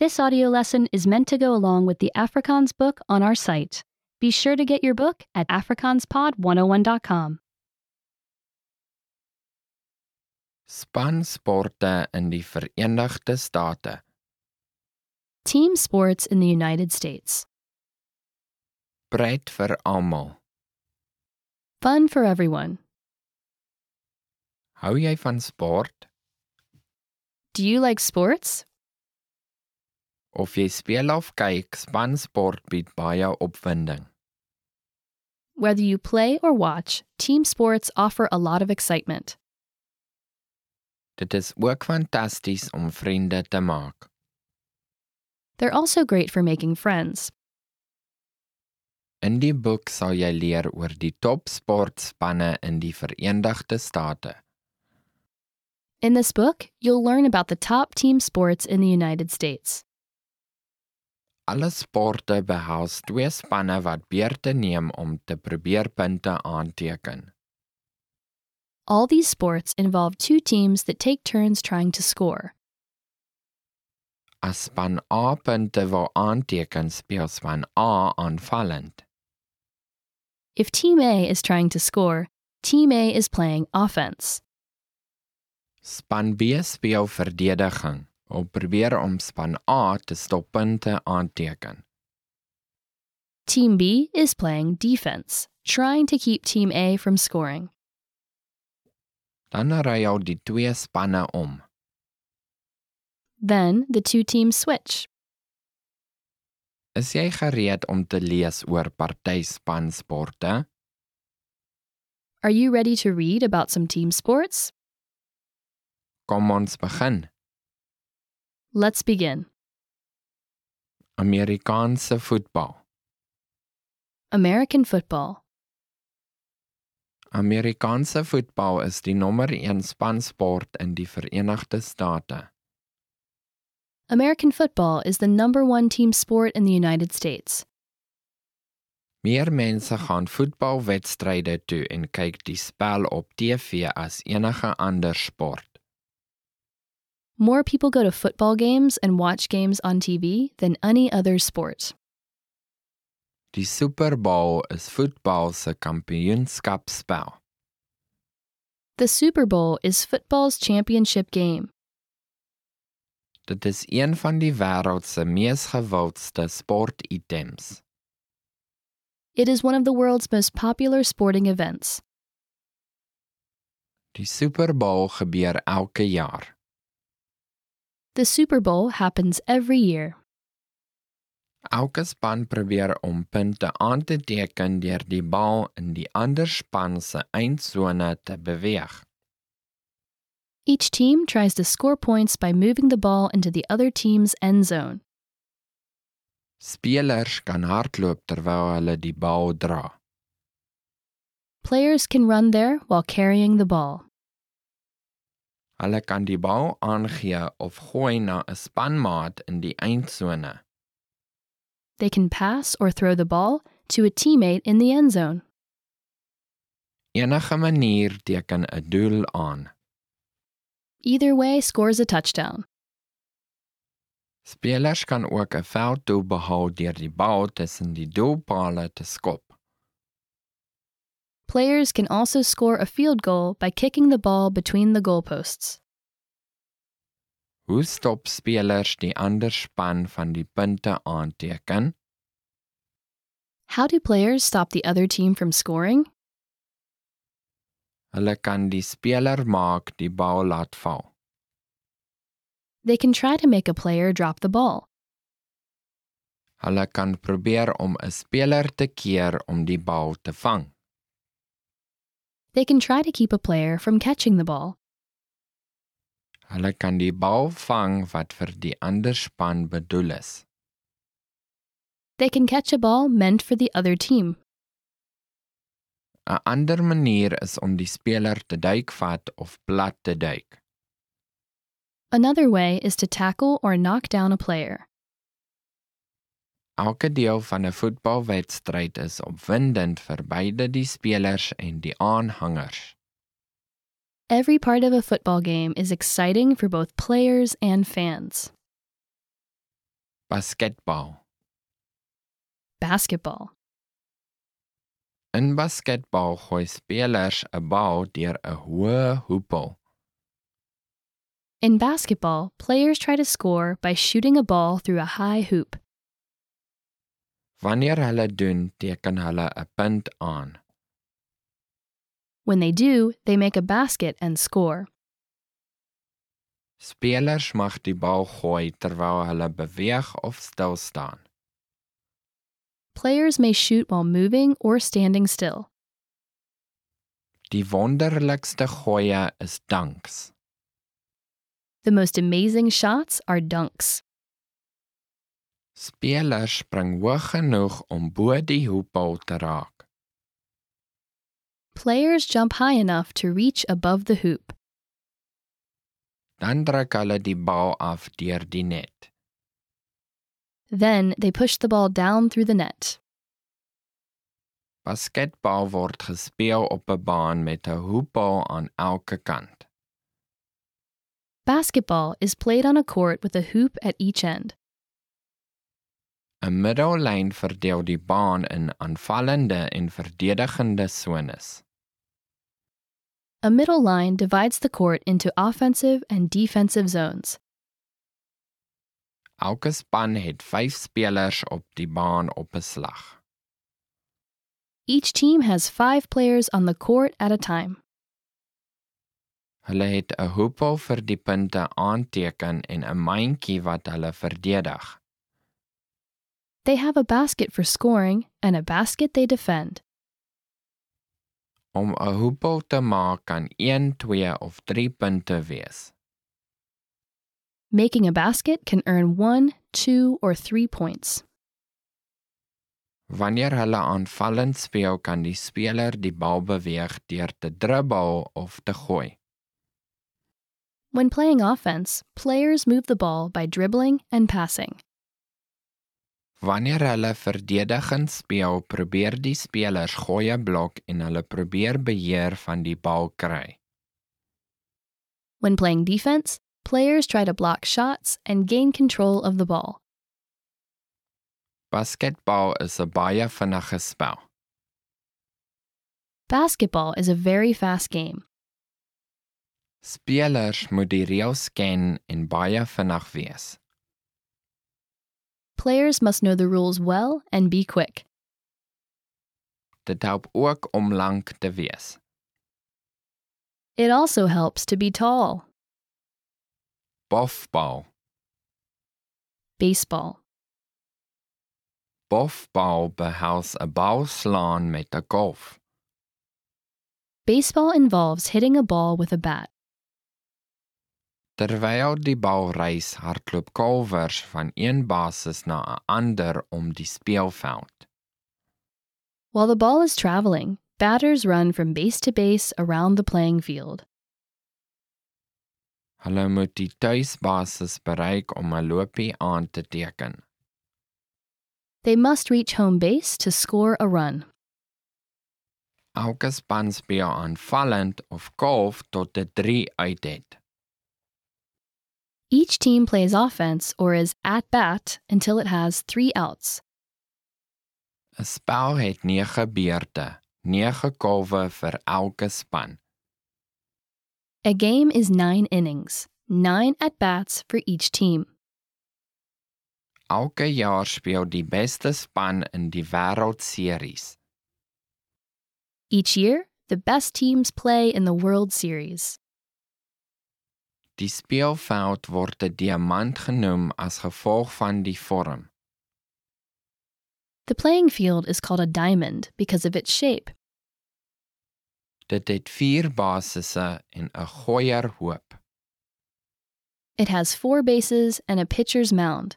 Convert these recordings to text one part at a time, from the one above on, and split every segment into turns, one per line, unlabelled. This audio lesson is meant to go along with the Afrikaans book on our site. Be sure to get your book at afrikaanspod101.com.
Spansporte in die Verenigde State.
Team sports in the United States.
Breed vir almal.
Fun for everyone.
Hou jy van sport
Do you like sports?
of jy speel of kyk, spansport bied baie opwinding.
Whether you play or watch, team sports offer a lot of excitement.
Dit is ook fantasties om vriende te maak.
They're also great for making friends.
In die boek sal jy leer oor die topsportspanne in die Verenigde State.
In this book, you'll learn about the top team sports in the United States.
Alle sporte behels twee spanne wat beurte neem om te probeer punte aanteken.
All these sports involve two teams that take turns trying to score.
As span A punte wil aanteken, speel span A aanvallend.
If Team A is trying to score, Team A is playing offense.
Span B speel verdediging. Hulle probeer om span A te stop punte aanteken.
Team B is playing defense, trying to keep Team A from scoring.
Dan ry al die twee spanne om.
Then the two teams switch.
Is jy gereed om te lees oor partyspansporte?
Are you ready to read about some team sports?
Kom ons begin.
Let's begin.
Amerikaanse voetbal.
American football.
Amerikaanse voetbal is die nommer 1 spansport in die Verenigde State.
American football is the number one team sport in the United States.
Meer mense gaan voetbalwedstryde toe en kyk die spel op TV as enige ander sport.
More people go to football games and watch games on TV than any other sport.
Die Super Bowl is voetbal se kampioenskapspel.
The Super Bowl is football's championship game.
Dit is een van die wêreld se mees gewildste sportitems.
It is one of the world's most popular sporting events.
Die Super Bowl gebeur elke jaar.
The Super Bowl happens every year.
Elke span probeer om punte aan te teken deur die bal in die ander span se eindsone te beweeg.
Each team tries to score points by moving the ball into the other team's end zone.
Spelers kan hardloop terwyl hulle die bal dra.
Players can run there while carrying the ball.
Hulle kan die bal aangee of gooi na 'n spanmaat in die eindsone.
They can pass or throw the ball to a teammate in the end zone.
Enige manier teken 'n doel aan.
Either way scores a touchdown.
Spelers kan ook 'n velddoel behaal deur die bal tussen die doelpale te skop.
Players can also score a field goal by kicking the ball between the goalposts.
Hoe stop spelers die ander span van die punte aanteken?
How do players stop the other team from scoring?
Hulle kan die speler maak die bal laat val.
They can try to make a player drop the ball.
Hulle kan probeer om 'n speler te keer om die bal te vang.
They can try to keep a player from catching the ball.
Hulle kan die bal vang wat vir die ander span bedoel is.
They can catch a ball meant for the other team.
'n Ander manier is om die speler te duikvat of plat te duik.
Another way is to tackle or knock down a player.
Elke deel van 'n voetbalwedstryd is opwindend vir beide die spelers en die aanhangers.
Every part of a football game is exciting for both players and fans.
Basketbal.
Basketball.
In basketbal gooi spelers 'n bal deur 'n hoë hoepel.
In basketball, players try to score by shooting a ball through a high hoop.
Wanneer hulle doen, teken hulle 'n punt aan.
When they do, they make a basket and score.
Spelers mag die bal gooi terwyl hulle beweeg of stil staan.
Players may shoot while moving or standing still.
Die wonderlikste gooie is dunks.
The most amazing shots are dunks.
Spelers spring hoog genoeg om bo die hoepel te raak.
Players jump high enough to reach above the hoop.
Dan druk hulle die bal af deur die net.
Then they push the ball down through the net.
Basketbal word gespeel op 'n baan met 'n hoepel aan elke kant.
Basketball is played on a court with a hoop at each end.
'n Middellyn verdeel die baan in aanvallende en verdedigende sones.
A middle line divides the court into offensive and defensive zones.
Elke span het 5 spelers op die baan op 'n slag.
Each team has five players on the court at a time.
Hulle het 'n hoepel vir die punte aanteken en 'n mandjie wat hulle verdedig.
They have a basket for scoring and a basket they defend.
Om 'n hoepel te maak kan 1, 2 of 3 punte wees.
Making a basket can earn one, two, or three points.
Wanneer hulle aanvallend speel, kan die speler die bal beweeg deur te dribbel of te gooi.
When playing offense, players move the ball by dribbling and passing.
Wanneer hulle verdedigend speel, probeer die spelers goeie blok en hulle probeer beheer van die bal kry.
When playing defense, players try to block shots and gain control of the ball.
Basketbal is 'n baie vinnige spel.
Basketball is a very fast game.
Spelers moet die reëls ken en baie vinnig wees.
Players must know the rules well and be quick.
Dit help ook om lank te wees.
It also helps to be tall.
Bofbal.
Baseball.
Bofbal behels 'n bal slaan met 'n golf.
Baseball involves hitting a ball with a bat.
Terwyl die bal reis, hardloop kolvers van een basis na 'n ander om die speelveld.
While the ball is traveling, batters run from base to base around the playing field.
Hulle moet die tuisbasis bereik om 'n lopie aan te teken.
They must reach home base to score a run.
Elke span speel aanvallend of golf tot 'n 3 uit het.
Each team plays offense or is at bat until it has three outs.
'n Spel het 9 beurte, 9 kolwe vir elke span.
A game is nine innings, nine at bats for each team.
Elke jaar speel die beste span in die Wêreldseries.
Each year, the best teams play in the World Series.
Die speelveld word 'n diamant genoem as gevolg van die vorm.
The playing field is called a diamond because of its shape.
Dit het 4 basisse en 'n gooier hoop.
It has four bases and a pitcher's mound.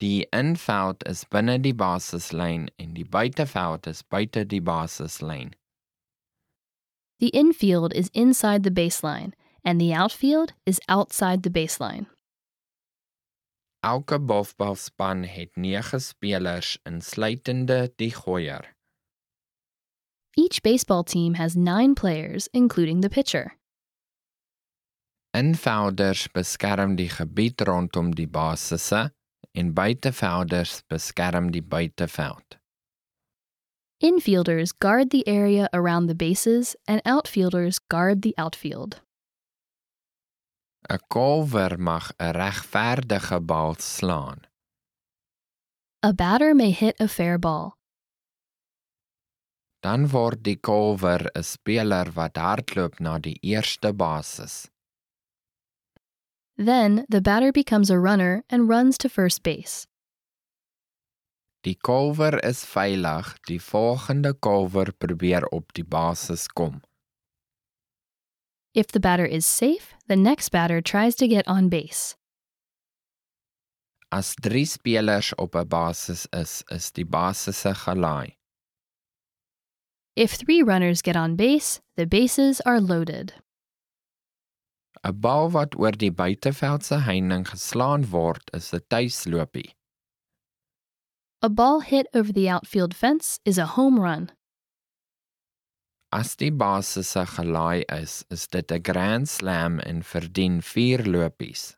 Die inveld is binne die basislyn en die buiteveld is buite die basislyn.
The infield is inside the baseline, and the outfield is outside the baseline.
Elke bofbalspan het 9 spelers insluitende die gooier.
Each baseball team has nine players, including the pitcher.
Invelders beskerm die gebied rondom die basisse en buitevelders beskerm die buiteveld.
Infielders guard the area around the bases, and outfielders guard the outfield.
'n Kolwer mag 'n regverdige bal slaan.
A batter may hit a fair ball.
Dan word die kolwer 'n speler wat hardloop na die eerste basis.
Then the batter becomes a runner and runs to first base.
Die kolwer is veilig, die volgende kolwer probeer op die basis kom.
If the batter is safe, the next batter tries to get on base.
As 3 spelers op 'n basis is, is die basisse gelaai.
If three runners get on base, the bases are loaded.
'n Bal wat oor die buiteveld se heining geslaan word, is 'n tuisloopie.
A ball hit over the outfield fence is a home run.
As die basisse gelaai is, is dit 'n grand slam en verdien 4 lopies.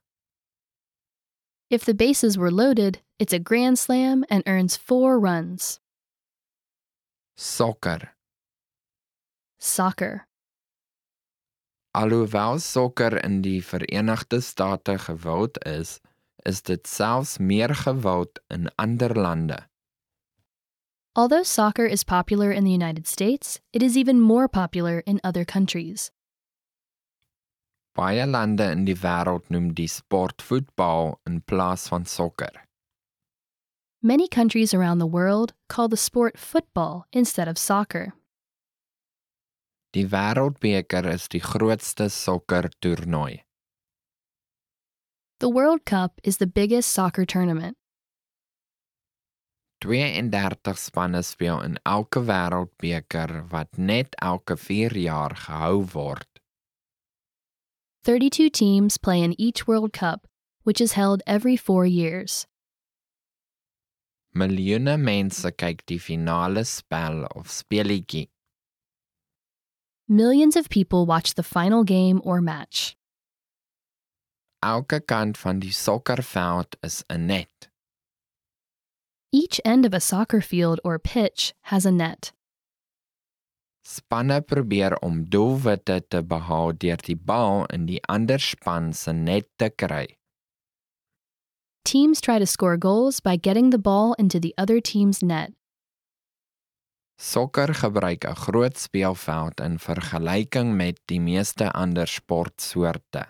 If the bases were loaded, it's a grand slam and earns four runs.
Sokker.
Soccer.
Alhoewel sokker in die Verenigde State gewild is, is dit selfs meer gewild in ander lande.
Although soccer is popular in the United States, it is even more popular in other countries.
Baie lande in die wêreld noem die sport voetbal in plaas van sokker.
Many countries around the world call the sport football instead of soccer.
Die wêreldbeker is die grootste sokkertoernooi.
The World Cup is the biggest soccer tournament.
32 spanne speel in elke wêreldbeker wat net elke 4 jaar gehou word.
32 teams play in each World Cup, which is held every four years.
Miljoene mense kyk die finale spel of speletjie.
Millions of people watch the final game or match.
Elke kant van die sokkerveld is 'n net.
Each end of a soccer field or pitch has a net.
Spanne probeer om doelwitte te behaal deur die bal in die ander span se net te kry.
Teams try to score goals by getting the ball into the other team's net.
Sokker gebruik 'n groot speelveld in vergelyking met die meeste ander sportsoorte.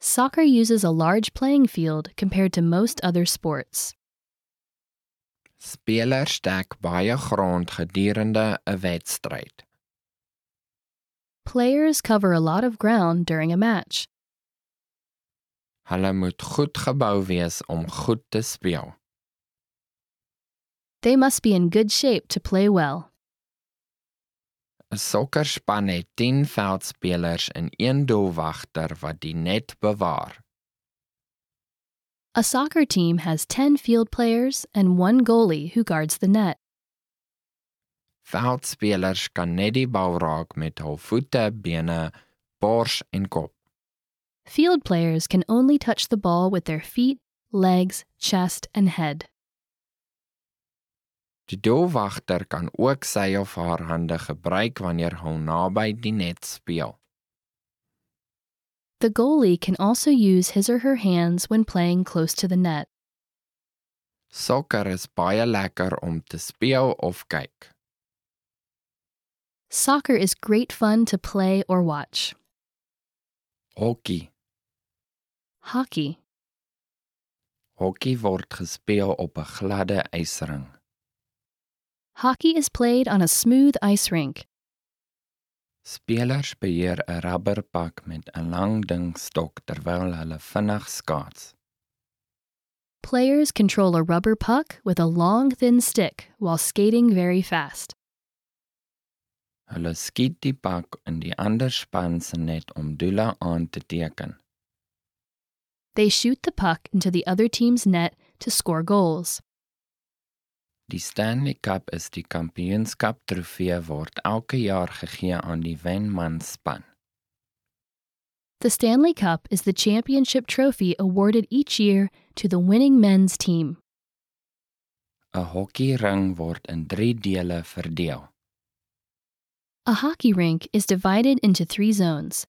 Soccer uses a large playing field compared to most other sports.
Spelers dek baie grond gedurende 'n wedstryd.
Players cover a lot of ground during a match.
Hulle moet goed gebou wees om goed te speel.
They must be in good shape to play well.
'n Sokkerspan het 10 veldspelers en 1 doelwagter wat die net bewaar.
A soccer team has 10 field players and one goalie who guards the net.
Veldspelers kan net die bal raak met hul voete, bene, bors en kop.
Field players can only touch the ball with their feet, legs, chest, and head.
Die doelwagter kan ook sy of haar hande gebruik wanneer hy naby die net speel.
The goalie can also use his or her hands when playing close to the net.
Sokker is baie lekker om te speel of kyk.
Soccer is great fun to play or watch.
Hokkie.
Hockey.
Hokkie word gespeel op 'n gladde ysring.
Hockey is played on a smooth ice rink.
Spelers beheer 'n rubberpak met 'n lang dingstok terwyl hulle vinnig skaats.
Players control a rubber puck with a long, thin stick while skating very fast.
Hulle skiet die pak in die ander span se net om doele aan te teken.
They shoot the puck into the other team's net to score goals.
Die Stanley Cup is die kampioenskap trofee word elke jaar gegee aan die wenmanspan.
The Stanley Cup is the championship trophy awarded each year to the winning men's team.
'n Hokkiering word in 3 dele verdeel.
A hockey rink is divided into three zones.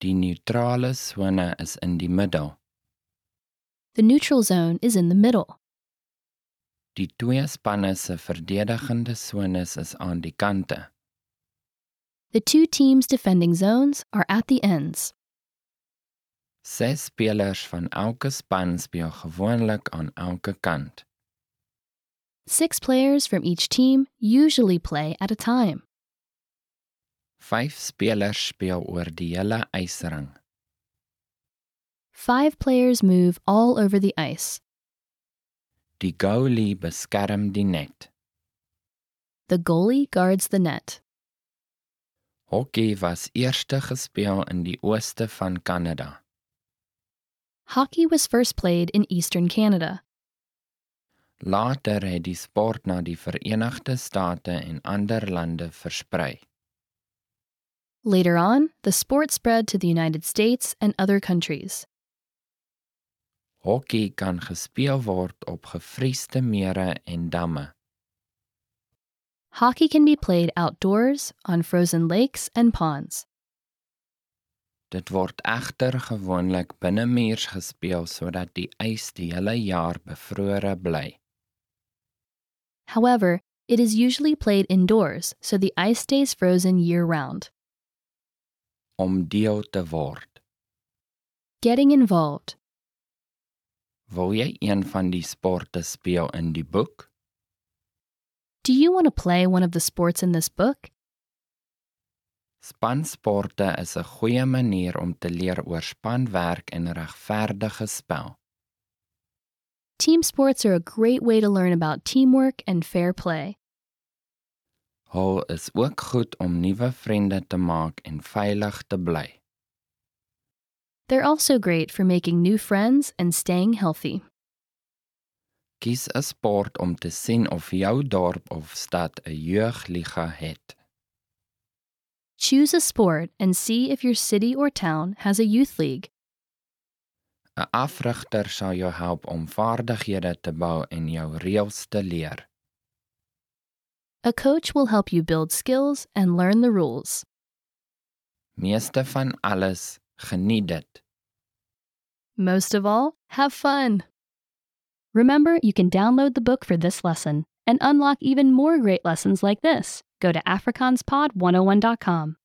Die neutrale sone is in die middel.
The neutral zone is in the middle.
Die twee spanne se verdedigende sones is aan die kante.
The two teams' defending zones are at the ends.
Ses spelers van elke span speel gewoonlik aan elke kant.
Six players from each team usually play at a time.
Vyf spelers speel oor die hele ysring.
Five players move all over the ice.
Die goalie beskerm die net.
The goalie guards the net.
Hokkie was eerste gespeel in die ooste van Kanada.
Hockey was first played in eastern Canada.
Later het die sport na die Verenigde State en ander lande versprei.
Later on, the sport spread to the United States and other countries.
Hokkie kan gespeel word op gevriesde mere en damme.
Hockey can be played outdoors, on frozen lakes and ponds.
Dit word egter gewoonlik binnemuurs gespeel sodat die ys die hele jaar bevrore bly.
However, it is usually played indoors, so the ice stays frozen year round.
Om deel te word,
Getting involved.
wil jy een van die sporte speel in die boek?
Do you want to play one of the sports in this book?
Spansporte is 'n goeie manier om te leer oor spanwerk en regverdige spel.
Team sports are a great way to learn about teamwork and fair play.
Hul is ook goed om nuwe vriende te maak en veilig te bly.
They're also great for making new friends and staying healthy.
Kies 'n sport om te sien of jou dorp of stad 'n jeugliga het.
Choose a sport and see if your city or town has a youth league.
'n Afrigter sal jou help om vaardighede te bou en jou reëls te leer.
A coach will help you build skills and learn the rules.
Meeste van alles, geniet dit.
Most of all, have fun. Remember, you can download the book for this oh lesson and unlock even more great lessons like this. Go to AfrikaansPod101.com.